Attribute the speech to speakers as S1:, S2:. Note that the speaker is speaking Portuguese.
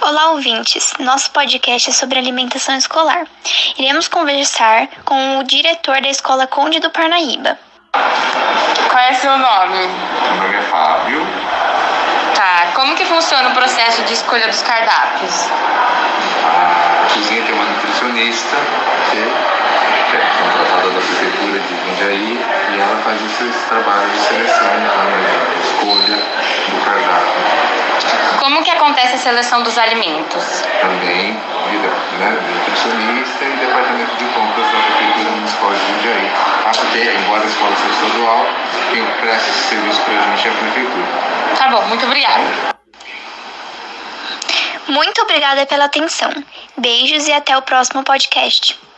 S1: Olá, ouvintes! Nosso podcast é sobre alimentação escolar. Iremos conversar com o diretor da Escola Conde do Parnaíba.
S2: Qual é seu nome?
S3: Meu nome é Fábio.
S2: Tá, como que funciona o processo de escolha dos cardápios?
S3: A cozinha tem uma nutricionista que é contratada da prefeitura de Jundiaí e ela faz esse trabalho de seleção, né, de escolha do cardápio.
S2: Como que acontece a seleção dos alimentos?
S3: Também de, né, de nutricionista e departamento de compras da prefeitura municipal de Jundiaí. Ah, porque, embora a escola seja estadual, quem presta esse serviço para a gente é a prefeitura.
S2: Tá bom, muito obrigada.
S1: Muito obrigada pela atenção. Beijos e até o próximo podcast.